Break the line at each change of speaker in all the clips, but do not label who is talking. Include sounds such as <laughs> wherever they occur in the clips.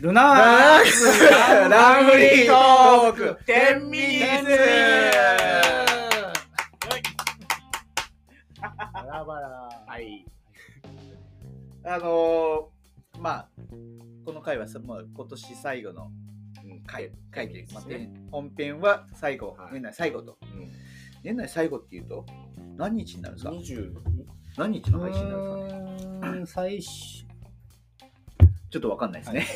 ルナーズランフリートーク
天
10ミニ
水
ーズ
バラバラ。
はい。あのー、まあ、この回はさもう今年最後の回回で、まあ
ね
本編は最後、
はい
年内最後と。年内最後っていうと、何日になるんですか
二十。
何日の配信になるんですかね
うん最初
ちょっとわかんないですね。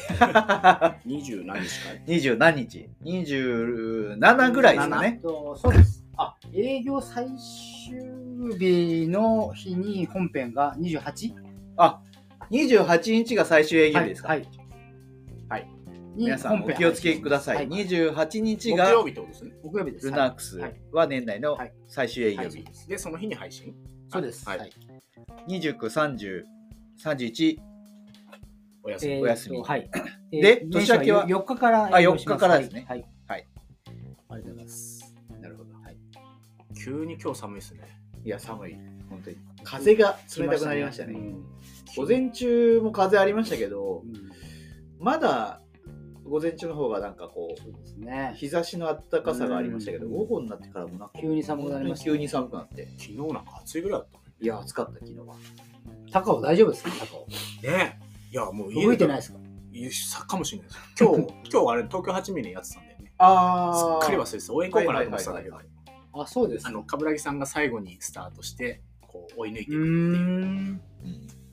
二十何日かい。
二十何日 ?27 ぐらいですかね。
とそうです。あ、営業最終日の日に本編が28
28日が最終営業日ですか、
はい。
はい
はい
皆さんお気をつけください。
はい、
28日
木
が
曜日ってことですね。
木曜日です。
ルナ
は
ックスは年内の最終営業
はい
日。
でその日に配信。
いそうです。
はい
はい
29、30、31、
お休
え
み。
ー
お休み
はい。
で
えー
年明けは
4日から
あ
営業し
4
ま
日からですね
はい。
はい。
ありがとうございます。なるほど。はい。
急に今日寒いですね。
いや、寒い。本当に。風が冷たくなりましたね。午前中も風ありましたけど、まだ午前中の方がなんかこ
そうです
う、
ね。
日差しの暖かさがありましたけど、
うん
午後になってからもなんか、
急に寒くなりましたね
急に寒くなって。
昨日なんか暑いぐらいだっ
いや、暑かった、昨日は。
高尾大丈夫ですか高尾。
た。ね。いやもう
動いてない
い。
ですか
いやかもしれないです。今日
<laughs>
今日あれ東京八ミリやってたんだよね。す
あ
っかり忘れてた。応援行こうかなと思ってたんだけど
はい。
あ、そうです
あ。の冠城さんが最後にスタートしてこう追い抜いていくって
うー。
いうん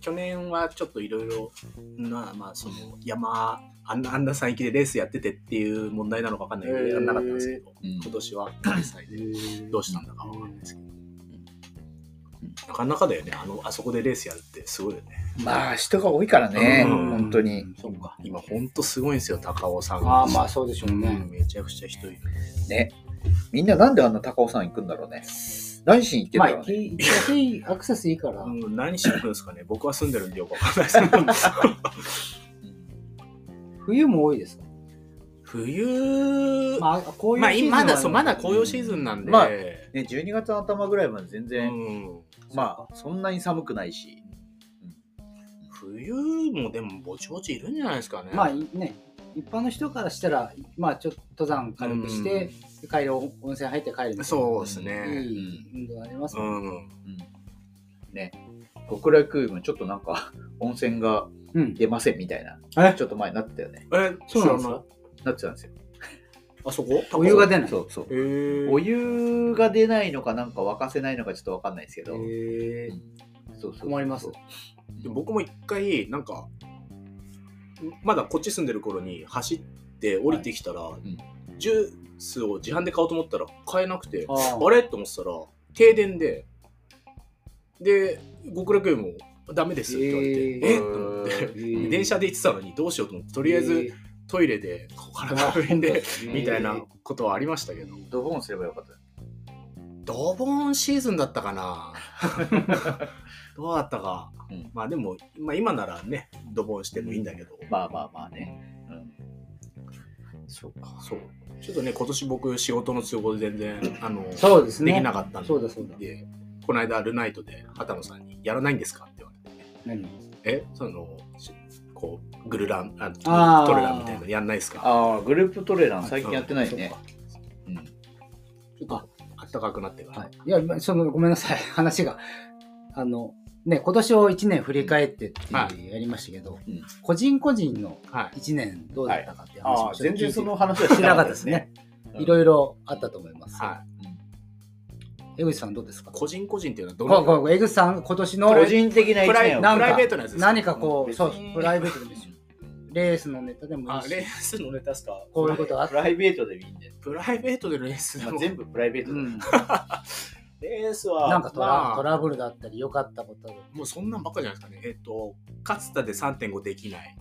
去年はちょっといろいろなまあその山あんなあんな山域でレースやっててっていう問題なのか分かんないけど
へー
やらなかったんですけど
うん
今年は開催でどうしたんだか分かんないですけどなかなかだよねあのあそこでレースやるってすごいよね
まあ、人が多いからね、
うん
本当に。
そうか。
今ほんとすごいんですよ高尾さんが
あーまあそうでしょうね。
めちゃくちゃ人いる
ね。みんななんであんな高尾山行くんだろうね。何しに行ってん
まあ、
だろう
行
ね。
き安いアクセスいいから。
うん何しに行くんですかね僕は住んでるんでよく分かんないですけど
冬も多いですか、
冬ま
まあ、こういう
あ
シーズン
ま
は
だそうまだ紅葉シーズンなんで、
まあね、12月の頭ぐらいまで全然、
うん
まあ、そんなに寒くないし。
冬もでもぼちぼちいるんじゃないですかね。
まあいね、一般の人からしたら、まあちょっと登山軽くして、帰り温泉入って帰るみたいな。
そうです
い
ね。
い運動あります
う
もんね。
ん。
うんね。極楽湯もちょっとなんか、 <laughs> 温泉が
うん。
出ませんみたいな、
え
ちょっと前になってたよね。
え、
そうなんです
か
か
なってたんですよ。
あそこ
お湯が出ない
そうそう。
へー
お湯が出ないのかなんか沸かせないのかちょっとわかんないですけど。
へー
そうそう
困ります。
で僕も一回、なんか、まだこっち住んでる頃に走って降りてきたら、
ん
ジュースを自販で買おうと思ったら買えなくて、
あ
あ
ー
れと思ってたら、停電で、で、極楽湯もダメですって言われて、
へー
えっと思って。
へー
電 <laughs> 車で行ってたのにどうしようと思って、とりあえずトイレでここから <laughs>
へ
並ん
ー
で、
へー
みたいなことはありましたけど。
<laughs> ドボンすればよかった。
ドボンシーズンだったかなどうだったか、
うん
まあでも、まあ、今ならねドボンしてもいいんだけど、
まあまあまあね。うん。そうか。
そうちょっとね今年僕仕事の都合で全然あの
そうですね。
できなかったんで
そうだそうだ。
でこの間ルナイトで畑野さんに「やらないんですか?」って言われて
何
「えそのしこうグルランあ
あー
トレランみたいなのやんないですか?
ああ、グループトレーラー最近やってないね。」うん
ちょっとあったかくなってから、
はい、いや、まあそのごめんなさい、 <laughs> 話が。あの、ね、今年を1年振り返ってって
は
やりましたけど、
うん
個人個人の
はい
1年どうだったかっていう話
あ
を
あ、
ちょっ
全
と
然その話は
聞い
してて
な
な
か
かったた
っで
です <laughs> す
ね
ね。。
いろいろあったと思います。
はい、
江口さんどうですか
個人個人っていうのはど
こ
の
うこう江口さん、今年の
個人的な一
プライ
年
プ
を。
なんか
ライベートなやつです
何かこう、
別
そう
に、
プライベートでもいいですよレースのネタでもいい
あレー
し、
スのネタっすか
こういうことがあっ
プ
た。
ライベートでいいんで。
プライベートでレースだ
まあ
もん
全部プライベート
う
だ
ん、
レースは
なんかトラ,、
まあ
トラブルだったり、良かったことだっ
もうそんなんばっかじゃないですかねえっ、と勝田で3.5できない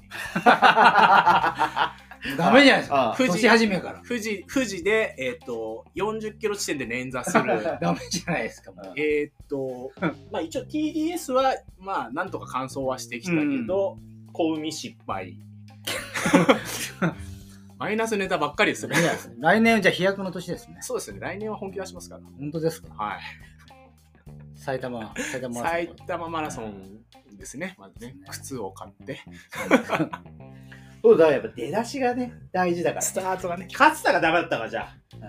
たりダメじゃないです
<laughs>
か。
ああ
富士
年始めから。
富士富士でえっ、と40キロ地点で捻挫す
<laughs>
る
ダメじゃないですか、もう。
えっとまあ一応 TDS はまあなんとか完走はしてきたけど小海失
<laughs>
敗マイナスネタばっかりですね
いや来年じゃあ飛躍の年ですね。
そうですね来年は本気出しますから
本当ですか
はい
埼玉、埼玉マラソン
埼玉マラソンですねまずね靴を買って
そうだ、やっぱ出だしがね、大事だから
ス。タートがね、勝つたがダメだったから、じゃあ。
う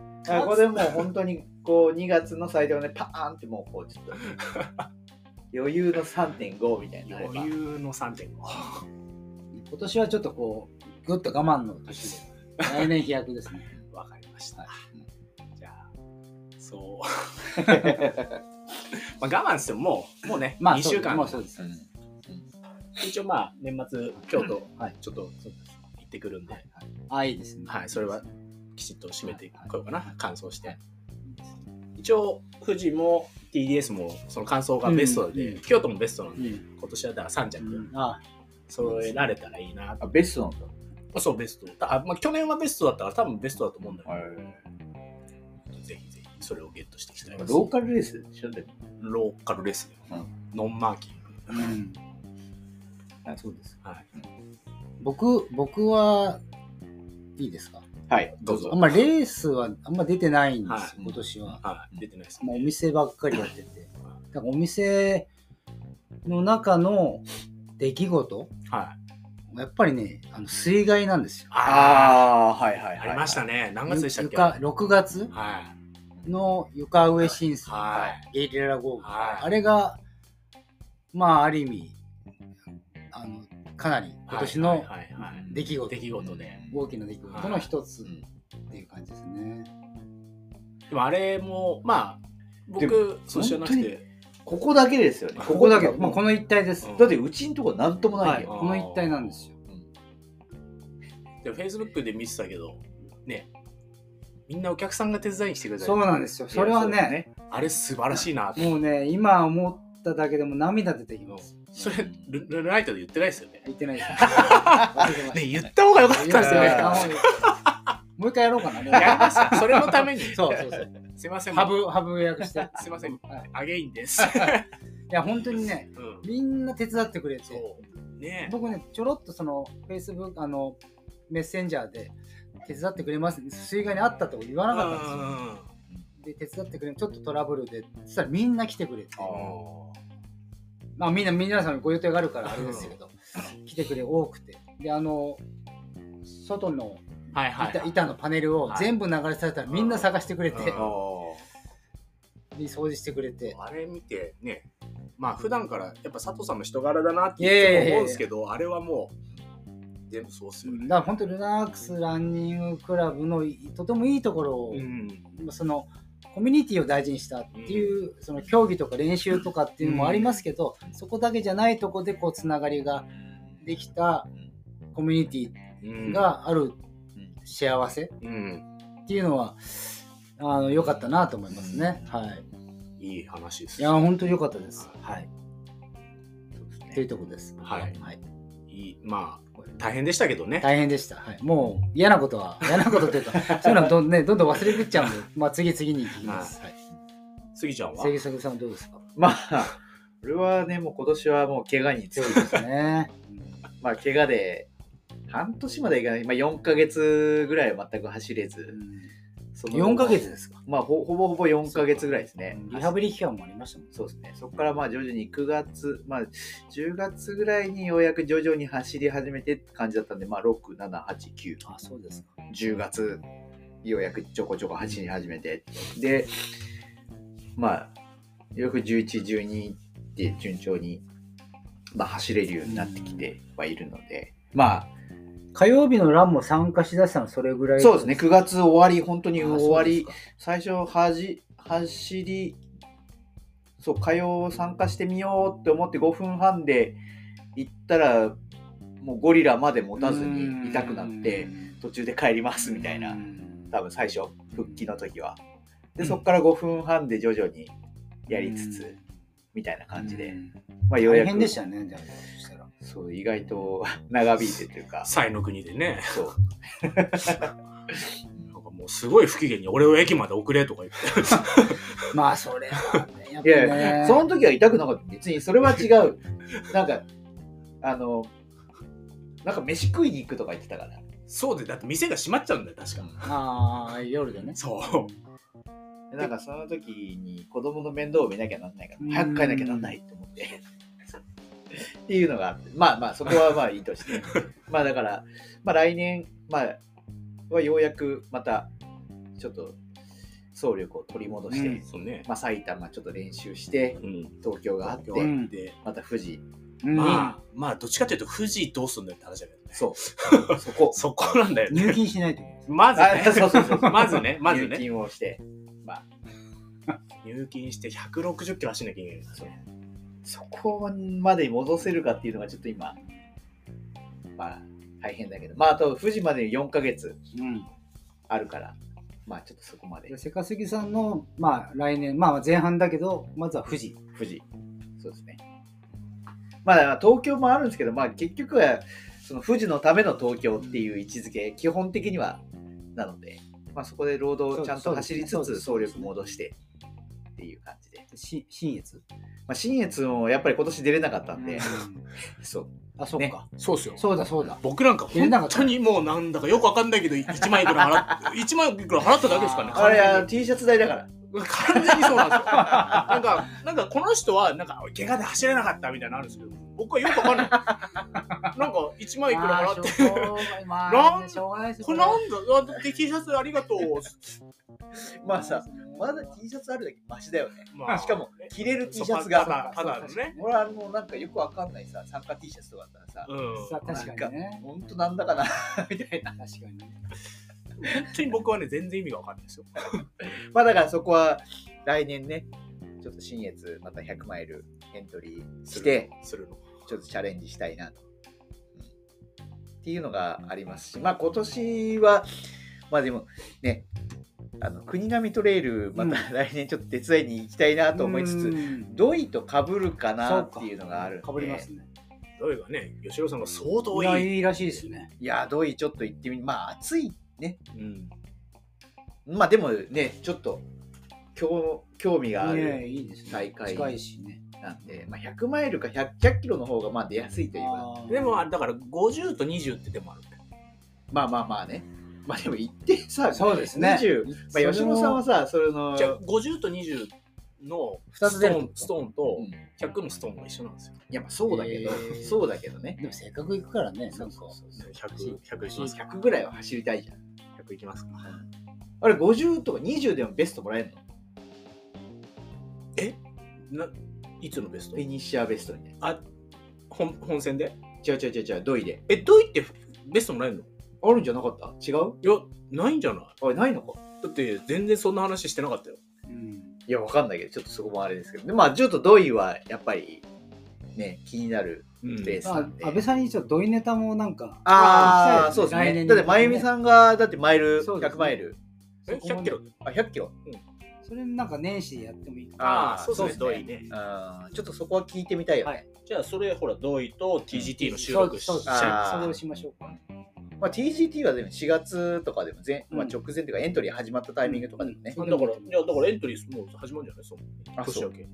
ん、だからこれもう本当にこう2月の最低をねパーンってもうこうち
<laughs>
ょっと余裕の3.5みたいになれば
余裕の3.5。
今年はちょっとこう、ぐっと我慢の年で、来年飛躍ですね。
わかりました。
はい
じゃあ、そう。 <laughs> まあ我慢してももう、もうね、
まあ、
2週間
もう、そうです。
一応まあ、年末、京都、
はい
ちょっと行ってくるんで、はい、
ああ、いいですね。
それはきちっと締めていこうかな、感想して。
いいですね。
一応、富士も TDS も、その感想がベストで、
うん
京都もベストなんで、
うん
今年はだから3着
うんあ
揃えられたらいいなと。
あベストなんだ
そう、ベスト。あまあ、去年はベストだったから、多分ベストだと思うんだけど、ぜひぜひ、それをゲットしていきたいです。
ローカルレースでしょでも
ローカルレス
う
ラーノンマーキン
あうん
あそうです
グ。はい。
僕、僕は、いいですか
はい
どうぞ
あんまレースはあんま出てないんですよ、
はい
今年は。
はい。出てないです。
もうお店ばっかりやってて。だからお店の中の出来事、
はい。
やっぱりね、あの水害なんですよ。
あ
ああはいはいはい、
あ。ありましたね。何月でしたっけ
ゆ
は
床6月
い。は
の床上浸水、
はい
ゲリラ豪雨、
はい
あれが、まあ、ある意味あの、かなり
い。
今年の
はいはいはい
出来事
出、来事で。
大きな出来事の一つっていう感じですね。
でもあれも、まあ、
で
僕、そう知らなく
本当
て。
ここだけですよねこ
こ
こ
こだ
だけ
け、まあ、
の
この一帯です。
うん
だってうちんとこなんともな
はいい、
よ、
あー
この一帯なんですよ。
でも、Facebook で見てたけど、ね。みんなお客さんが手伝いに来てくれたり
そうなんですよ。それはね、
あれ素晴らしいなって
もうね、今思っただけでも涙出てきます。
それ、ルルライトで言ってないですよね。
言ってないです。
<laughs> ね、言った方が良かった
言
で
ったんですす
よ
よね
ね。
もう一回やろうかな。
やりました。それのために。
そうそうそう。
すいません。
ハブ、ハブ予約して。
すいません。
はい
アゲインです。
いや、本当にね、
うん。
みんな手伝ってくれて、
そう。ねえ。
僕ね、ちょろっとその、Facebook、あの、メッセンジャーで、手伝ってくれます水害にあったと言わなかったんで
うん
すよ。で、手伝ってくれちょっとトラブルで、そしたらみんな来てくれて、
あ
まあみんな、皆さんご予定があるからあれですけど、来てくれ多くて。で、あの、外の
ーはいはい
板
はい。
板のパネルを全部流れされたらみんな探してくれて、
うん
で掃除してくれて、
あれ見てね、まあ普段からやっぱ佐藤さんの人柄だなって
いやいやいやいや
思うんですけど、あれはもう全部そうっすよね。
だから本当ルナークスランニングクラブのいとてもいいところを、
ん。
そのコミュニティを大事にしたっていう、その競技とか練習とかっていうのもありますけど、そこだけじゃないとこでこうつながりができたコミュニティがある幸せっ
うん、
ていうのはあの良かったなと思いますね。はい、
いい話です。
いや本当に良かったです。はい、
そうですね
というとこです。
はい
はい
いいまあ大変でしたけどね。
大変でした、はい、もう嫌なことは <laughs> 嫌なことというかそういうのはどん,、ね、どんどん忘れてっちゃうんで、まあ、次々に聞きます、はい、
スギちゃんは
関作さんどうですか
まあ俺はねもう今年はもう怪我に強
強
い
いですね、
まあ怪我で半年まではいかない、まあ、4ヶ月ぐらいは全く走れ
う
ず、
ん
その
4ヶ月ですか
まあほほぼほぼ4ヶ月ぐらいですね
リハビリ期間もありましたもん
そうですね。そこからまあ徐々に9月、まあ10月ぐらいにようやく徐々に走り始めてって感じだったんで、まあ6、7、8、9、
あそうですか
10月、ようやくちょこちょこ走り始めて。で、まあ、ようやく11、12って順調に、まあ走れるようになってきてはいるので、ま
火曜日のランも参加しだしたのそれぐら
あ、
い
そうですね、9月終わり、本当に
あ
終わり
そう、ですか
最初はじ走りそう火曜参加してみようって思って5分半で行ったらもうゴリラまで持たずに痛くなって
うん
途中で帰りますみたいうなん多分最初復帰の時はでそこから5分半で徐々にやりつつみたいな感じ
う
で、
ん
まあ、ようや
大
く
変でしたねじゃあそしたら
そう意外と <laughs> 長引いてというか
才の国でね。
そう
なんかもうすごい不機嫌に俺を駅まで送れとか言って。
まあそれはねやっ
いやい
ぱ
や、
ね
その時は痛くなかった。別にそれは違う。なんか、あの、なんか飯食いに行くとか言ってたから。
そうで、だって店が閉まっちゃうんだよ、確か。
ああ夜でね
そう。
でなんかその時に子供の面倒を見なきゃなんないから、
う
<laughs>
ん
早く帰らなきゃなんないと思って。っていうのがあって、まあまあ、そこはまあいいと
<laughs>
して。まあだから、まあ来年、まあ、はようやくまた、ちょっと、総力を取り戻して、
うん
そうね。
まあ埼玉ちょっと練習して、
うん。
東京があって、
東京あって
また富士、
うん
まあ、まあ、どっちかというと、富士どうすんだよって話だけどね。 <laughs>
そう、そこ。
そこなんだよね。
入金しないと。
ま
<laughs>
ず
あそうそう
ね
そうそう、
まずね、まず
入
ね。
金をして、まあ、
入金して160キロ走んなきゃいけないんですよ。
そこまで戻せるかっていうのがちょっと今、まあ、大変だけど、まあ、あと、富士まで4ヶ月
うん
あるから、まあ、ちょっとそこまで
で、セカスギさんの、まあ、来年、まあ、前半だけど、まずは富士。
富士。そうですね。まあ、だから東京もあるんですけど、まあ、結局は、その富士のための東京っていう位置づけ、基本的にはなので、まあ、そこで労働をちゃんと走りつ
そうです
つ、
ね
総力戻してっていう感じで。
し新越
まあ、新越もやっぱり今年出れなかったんで、
うん <laughs>
そう。
あ、そう
ね
か。
そうっすよ
そうだ、そうだ。
僕なんか
入れなか
本
った
当にもうなんだかよくわかんないけど1万いくら払っ <laughs> 一万いくら払っただけですからね
あれは
完
T シャツ代だから。
全に完全にそうなんですよなんかなんかこの人はなんか怪我で走れなかったみたいなのあるんですけど僕はよくわかんないなんか1万いくら払って
まあしょうがま
なん
あしょうがないですよ
これなんだうわで T シャツありがとう、
まあさ、まだ T シャツあるだけマシだよね。
ま
<laughs>
あ
しかも、着れる T
そう
シャツ
パ
が。
ターンパターンのね
俺はもうなんかよくわかんないさ、参加 T シャツとかだったらさ、
うん
さ確かにね。
ほんとなんだかな、 <laughs> みたいな。
確かにね。
本当に僕はね全然意味がわかんないですよ
まあだからそこは来年ね、ちょっと新越また100マイルエントリーして、
するの
ちょっとチャレンジしたいなと。うんっていうのがありますし、まあ今年は、まあでもね、あの国並トレイル、また来年ちょっと手伝いに行きたいなと思いつつ、
つ、
ドイと被るかなっていうのがあるんで
かぶりますね。
どれがね吉野さんが相当
い
い
や、
い、
いいらしいですね。
いやドイちょっと行ってみまあ暑いね
うん、
まあでもねちょっと興興味があ
ねえ
る
いいですね。
大会
近いしね。
なんで、まあ、100マイルか100 100キロの方がまあ出やすいといえば
あー
でもあだから50と20ってでもある
まあまあまあねまあでも行ってさ
そうですね。
20まあ、吉野さんはさそれの
じゃあ50と20の
二つ出る
ストーンストーンと
うんい
100のストーンが一緒なんですよ。
やまあそうだけど、
えー
そうだけどね
でもせっかく行くからね、なんか。
100、100いきますか。
100ぐらいは走りたいじゃん
100いきますか。
あれ50とか20でもベストもらえるの
ないつのベスト
フィニッシャーベストにね
本本戦で
違う違う違う違うドイで
え、どういってベストもらえる
あるんじゃなかった違う
のいや、ないんじゃない
あれないのか
だって全然そんな話してなかったよ。
うん
いや、わかんないけど、ちょっとそこもあれですけど、でまあ、ちょっとドイはやっぱりね、気になる
うん
レース
ま
なんで。
あ、安倍さんに一応、ドイネタもなんか、
ああ、
そ
そううですすね。
でね来年に
だって、まゆみさんが、だってマイル、
そうですね
100マイル、
え、100キロ
あ、100キロ。
それもなんか年始でやってもいいか
ああ、
あー
そうですね、
そう
同
っす
意
ね
ね。
うん、ちょっとそこは聞いてみたいよね。
はい
じゃあ、それ、ほら、同意と TGT の収
そう
録し
そうそう
し
そ
ちゃ
あー
れをしましょうか。
まあ、TGT はでも4月とかでも前、
うん
まあ、直前というか、エントリー始まったタイミングとかでもね
う。
うだから、いや、だからエントリーもう始まるんじゃないその
あそう
年明け。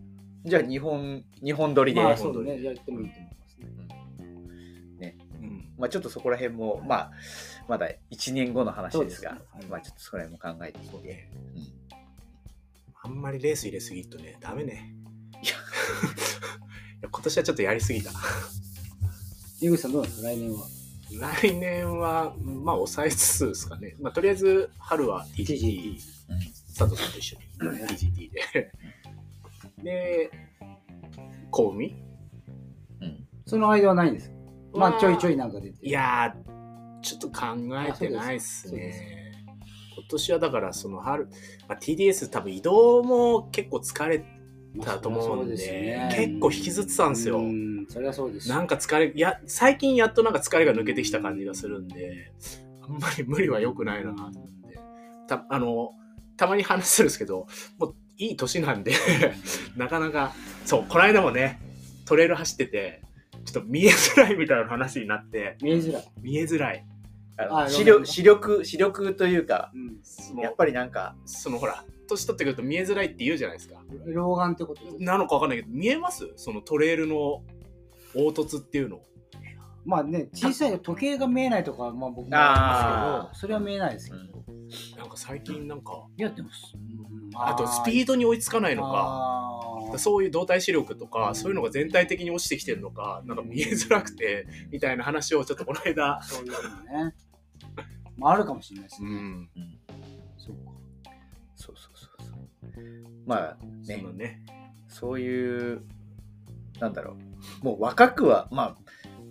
じゃあ、日本、日本撮りで、
まあ、
本
そ
撮
う
り
だね、やってもいいと思いますね。
うん。
まあ、ちょっとそこら辺も、まあ、まだ1年後の話ですが、
そうですね
まあ、ちょっとそれも考えてい
そう
て。
ね。
うん
あんまりレース入れすぎるとね、ダメね。 <laughs> いや、今年はちょっとやりすぎた。
江口さん、どうなんですか、来年は。
来年は、まあ、抑えつつですかね。まあ、とりあえず、春は TGT、
うん
佐藤さんと一緒に TGT で。で、コウミ
うん
その間はないんですかまあ、ちょいちょ
い。
いなんか出て。
い、やー、ちょっと考えてないっす
そうです
ね。今年はだから、その春、まあ、TDS 多分移動も結構疲れたと思うんで、結構引きずってたんですよ。
うん、それはそうです。
なんか疲れ、いや、最近やっとなんか疲れが抜けてきた感じがするんで、あんまり無理は良くないなと思って。た、あの、たまに話するんですけど、もういい年なんで、なかなか、そう、この間もね、トレイル走ってて、ちょっと見えづらいみたいな話になって、
見えづらい。
見えづらい。
あの
あ
視
いろ
力、
んな
視力、視力というか、
うん。
そ
やっ
の、
ぱりなんか、
そのほら、年取ってくると見えづらいって言うじゃないですか。
老眼ってことです
なのかわかんないけど、見えますそのトレイルの凹凸っていうの。
まあね、小さい時計が見えないとか、まあ僕もありますけど、それは見えないですけど。
なんか最近なんか、
いや、でも、
あとスピードに追いつかないのか、
あー
そういう動体視力とか、そういうのが全体的に落ちてきてるのか、なんか見えづらくて、みたいな話をちょっとこの間、
そういうのね。まあ、あるかもしれないですね。
ん、
そうか。
そうそうそうそうまあ
そ
ね
のね、
そういうなんだろうもう若くはまあ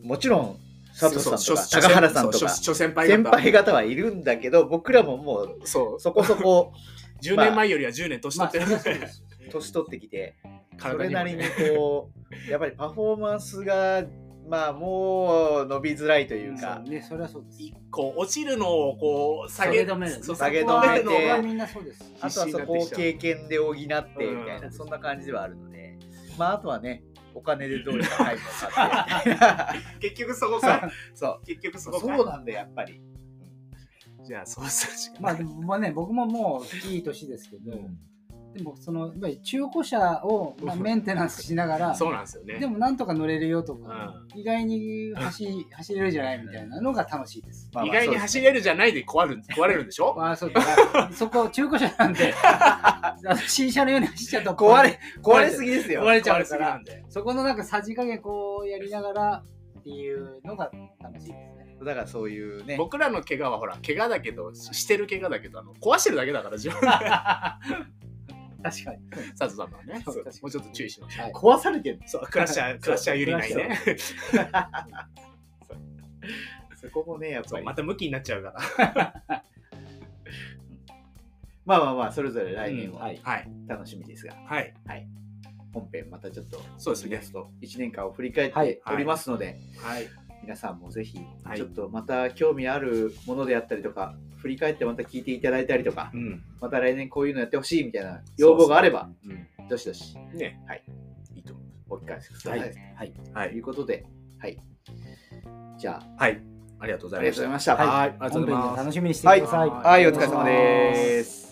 もちろん佐藤さんとか
そうそう
高原さんと
そう
か
諸諸先輩
先
方
輩方はいるんだけど僕らももう
そう
そこそこ
10年前よりは10年年取ってる、
まあそうです
年取ってきてそ
体
れ
に
な
も
りに
ね
こうやっぱりパフォーマンスがまあもう伸びづらいという
そ
か
う。ね、それはそうで
<laughs>
す。
一個落ちるのをこう下げそう
下げ
そこは
止めて
そこは
て。みんなそうです。
あとはそこを経験で補ってみたいな、
うん
そんな感じではあるので、まああとはね、お金でどうにか入るのかっていう
結局そこか
<laughs> そう
結局そこか
そうなんだよ、やっぱり。
じゃあそうするしか
ま
ない、
あでもまあね、僕ももういい年ですけど、でもそのやっぱり中古車を、まあ、メンテナンスしながら、
そうなんですよね
でもなんとか乗れるよとか、意外に走り走れるじゃないみたいなのが楽しいです。
まあまあ
意外に走れるじゃないで壊る壊れるんでしょ
まあそうだなそこ中古車なんであの新車のように走っちゃうと
壊れ壊れすぎですよ。
<laughs> 壊れちゃう
壊す
か
ぎな
ら
んで
そこのなんかさじ加減こうやりながらっていうのが楽しいです
<laughs>
ね。
だからそういうね、
僕らの怪我はほら怪我だけどししてる怪我だけどあの壊してるだけだから自分 <laughs> で
確かに。
佐藤さんのはね
そう確かに
もうちょっと注意しましょう、
はい
壊されてる
そうクラッシャークラッシャーゆりないね
そこもね、やっ
そ
ぱ
う
り。
また向きになっちゃうから
まあまあまあ、それぞれ来年
うん
は
はいはい、
楽しみですが、
はい、
本編またちょっと、
そうです
ゲ
ね
スト1年間を振り返っ
はい
ておりますので、
はい
皆さんもぜひ、
はい
ちょっとまた興味あるものであったりとか、振り返ってまた聞いていただいたりとか、
うん
また来年こういうのやってほしいみたいな要望があれば、
うん
どしどし
ね
はい
いいと思う
お聞かせくださ。
はいいはい。
は
とい
いう
ことで、はい。じゃ
はいありがとうご
あ、あ
ざ
り
い
がとう
ま
ござい
した
ました。
はい
はいありがとうございます
本編で楽しみにしてください。
はい
はい、お疲れ様です。